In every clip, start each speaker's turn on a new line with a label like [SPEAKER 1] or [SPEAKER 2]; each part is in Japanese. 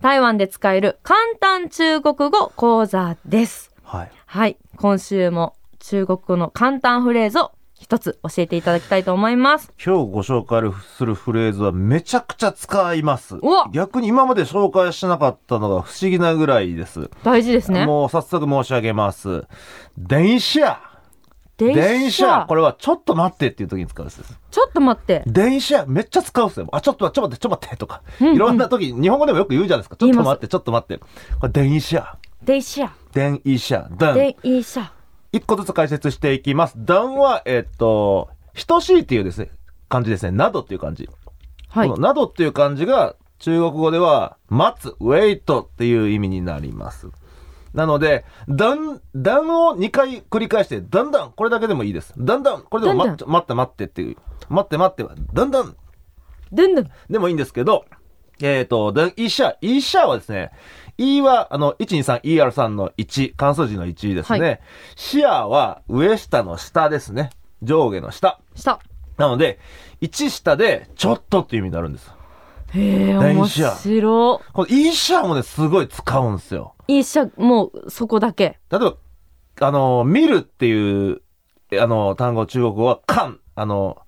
[SPEAKER 1] 台湾で使える簡単中国語講座です。
[SPEAKER 2] はい。
[SPEAKER 1] はい。今週も中国語の簡単フレーズを一つ教えていただきたいと思います。
[SPEAKER 2] 今日ご紹介するフレーズはめちゃくちゃ使います
[SPEAKER 1] うわ。
[SPEAKER 2] 逆に今まで紹介してなかったのが不思議なぐらいです。
[SPEAKER 1] 大事ですね。
[SPEAKER 2] もう早速申し上げます。電車
[SPEAKER 1] 電
[SPEAKER 2] これはちょっと待ってっていう時に使うやつです。
[SPEAKER 1] ちょっと待って。
[SPEAKER 2] 電車めっちゃ使うんですよ。あ、ちょっと待って、ちょっと待って、ちょっと待ってと
[SPEAKER 1] うんう
[SPEAKER 2] か。
[SPEAKER 1] ん
[SPEAKER 2] いろんな時、日本語でもよく言うじゃないですか。ちょっと待って、ちょっと待って。これ、電車。
[SPEAKER 1] 電車。
[SPEAKER 2] 電車。電。
[SPEAKER 1] 電車。
[SPEAKER 2] 一個ずつ解説していきます。段は、えっと、等しいっていうですね、漢字ですね。などっていう漢字。
[SPEAKER 1] はい
[SPEAKER 2] こ。のなどっていう漢字が、中国語では、待つ、wait っていう意味になります。なので、だん、だんを2回繰り返して、だんだん、これだけでもいいです。だんだん、これでも待って、待って、待ってっていう。待って、待っては、だんだん、
[SPEAKER 1] どんどん。
[SPEAKER 2] でもいいんですけど、えっ、ー、と、で、医者、医者はですね、E は、あの、123ER3 の1、関数字の1です
[SPEAKER 1] は
[SPEAKER 2] ね。視野は、上下の下ですね。上下の下。
[SPEAKER 1] 下。
[SPEAKER 2] なので、1下で、ちょっとっていう意味になるんです。
[SPEAKER 1] へえ、面
[SPEAKER 2] 電車
[SPEAKER 1] 白
[SPEAKER 2] この医者もね、すごい使うんですよ。
[SPEAKER 1] い。医者、もうそこだけ。
[SPEAKER 2] 例えば、あの、見るっていう、えあの、単語、中国語は、看、あの、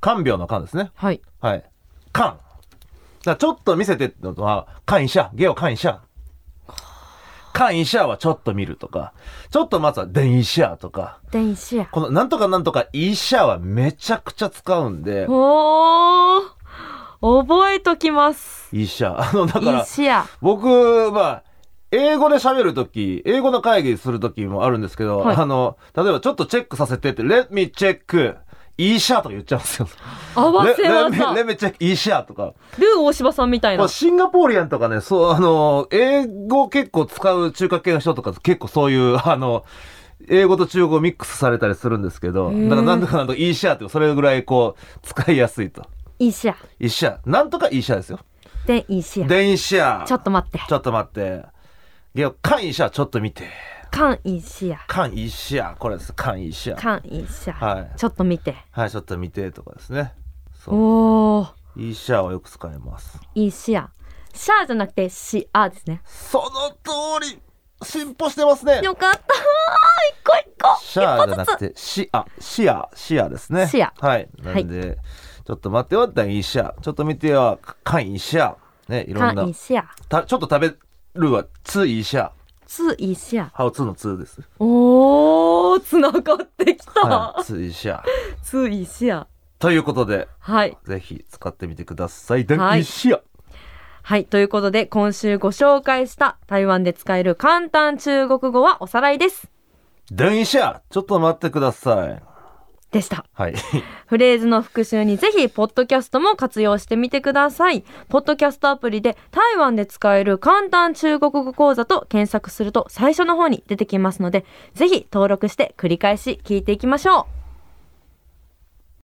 [SPEAKER 2] 看病の看ですね。
[SPEAKER 1] はい。
[SPEAKER 2] はい。看。だからちょっと見せてってのは、看一下、ゲを看一下。看一下はちょっと見るとか、ちょっとまずは電一下とか、
[SPEAKER 1] 電車。
[SPEAKER 2] このなんとかなんとか一下はめちゃくちゃ使うんで、
[SPEAKER 1] おー。覚えときます。
[SPEAKER 2] 一下。あの、だから、
[SPEAKER 1] 医や
[SPEAKER 2] 僕、まあ、英語で喋るとき、英語の会議するときもあるんですけど、
[SPEAKER 1] はい
[SPEAKER 2] あの、例えばちょっとチェックさせてって、let me check, 医者とか言っちゃうんです よ。
[SPEAKER 1] 合わせ
[SPEAKER 2] let, me,
[SPEAKER 1] 技。
[SPEAKER 2] let
[SPEAKER 1] ル
[SPEAKER 2] me check, 医者とか。
[SPEAKER 1] ー大柴さんみたい
[SPEAKER 2] まあ
[SPEAKER 1] な。
[SPEAKER 2] シンガポーリアンとかね、そう、あの、英語結構使う中華系の人とか、結構そういう、 あの、英語と中国語ミックスされたりするんですけ
[SPEAKER 1] へ
[SPEAKER 2] ど、
[SPEAKER 1] ー
[SPEAKER 2] だからなんとかなんとか、イーシャーって、それぐらいこう、使いやすいと。
[SPEAKER 1] 医者。
[SPEAKER 2] イーシャー。なんとかイーシャーですよ。
[SPEAKER 1] 電車。
[SPEAKER 2] 電イシャー。
[SPEAKER 1] ちょっと待って。
[SPEAKER 2] ちょっと待って。いや、看一下、ちょっと見て。
[SPEAKER 1] 看医者。
[SPEAKER 2] 看一下、これです。看一下。
[SPEAKER 1] 看医者。
[SPEAKER 2] はい
[SPEAKER 1] ちょっと見て。
[SPEAKER 2] はい、ちょっと見てとかですね。そう。
[SPEAKER 1] おー。
[SPEAKER 2] 一下はよく使います。
[SPEAKER 1] 医者。シャーじゃなくて、シアーですね。
[SPEAKER 2] その通り進歩してますね
[SPEAKER 1] よかった。あー一個
[SPEAKER 2] シ
[SPEAKER 1] 一個。一
[SPEAKER 2] ャー
[SPEAKER 1] 歩
[SPEAKER 2] じゃな
[SPEAKER 1] ず
[SPEAKER 2] く
[SPEAKER 1] つ。
[SPEAKER 2] て、シア、シア、シアですね。
[SPEAKER 1] シア
[SPEAKER 2] はい。なんで、ちょっと待っては、第一シア。ちょっと見ては、かん一シア。ね、いろん
[SPEAKER 1] 看
[SPEAKER 2] な
[SPEAKER 1] 医。者。
[SPEAKER 2] たちょっと食べるは、ついシア。
[SPEAKER 1] つ医者。
[SPEAKER 2] ハウツーのツーです。
[SPEAKER 1] おー、つながってきた
[SPEAKER 2] は。い。ついシア。
[SPEAKER 1] つ医者。
[SPEAKER 2] ということで、
[SPEAKER 1] はい。
[SPEAKER 2] ぜひ使ってみてください。
[SPEAKER 1] は
[SPEAKER 2] 第
[SPEAKER 1] い
[SPEAKER 2] 一シア。
[SPEAKER 1] はい。ということで、今週ご紹介した台湾で使える簡単中国語はおさらいです。
[SPEAKER 2] 電車ちょっと待ってください。
[SPEAKER 1] でした。
[SPEAKER 2] はい。
[SPEAKER 1] フレーズの復習にぜひ、ポッドキャストも活用してみてください。ポッドキャストアプリで、台湾で使える簡単中国語講座と検索すると最初の方に出てきますので、ぜひ登録して繰り返し聞いていきましょう。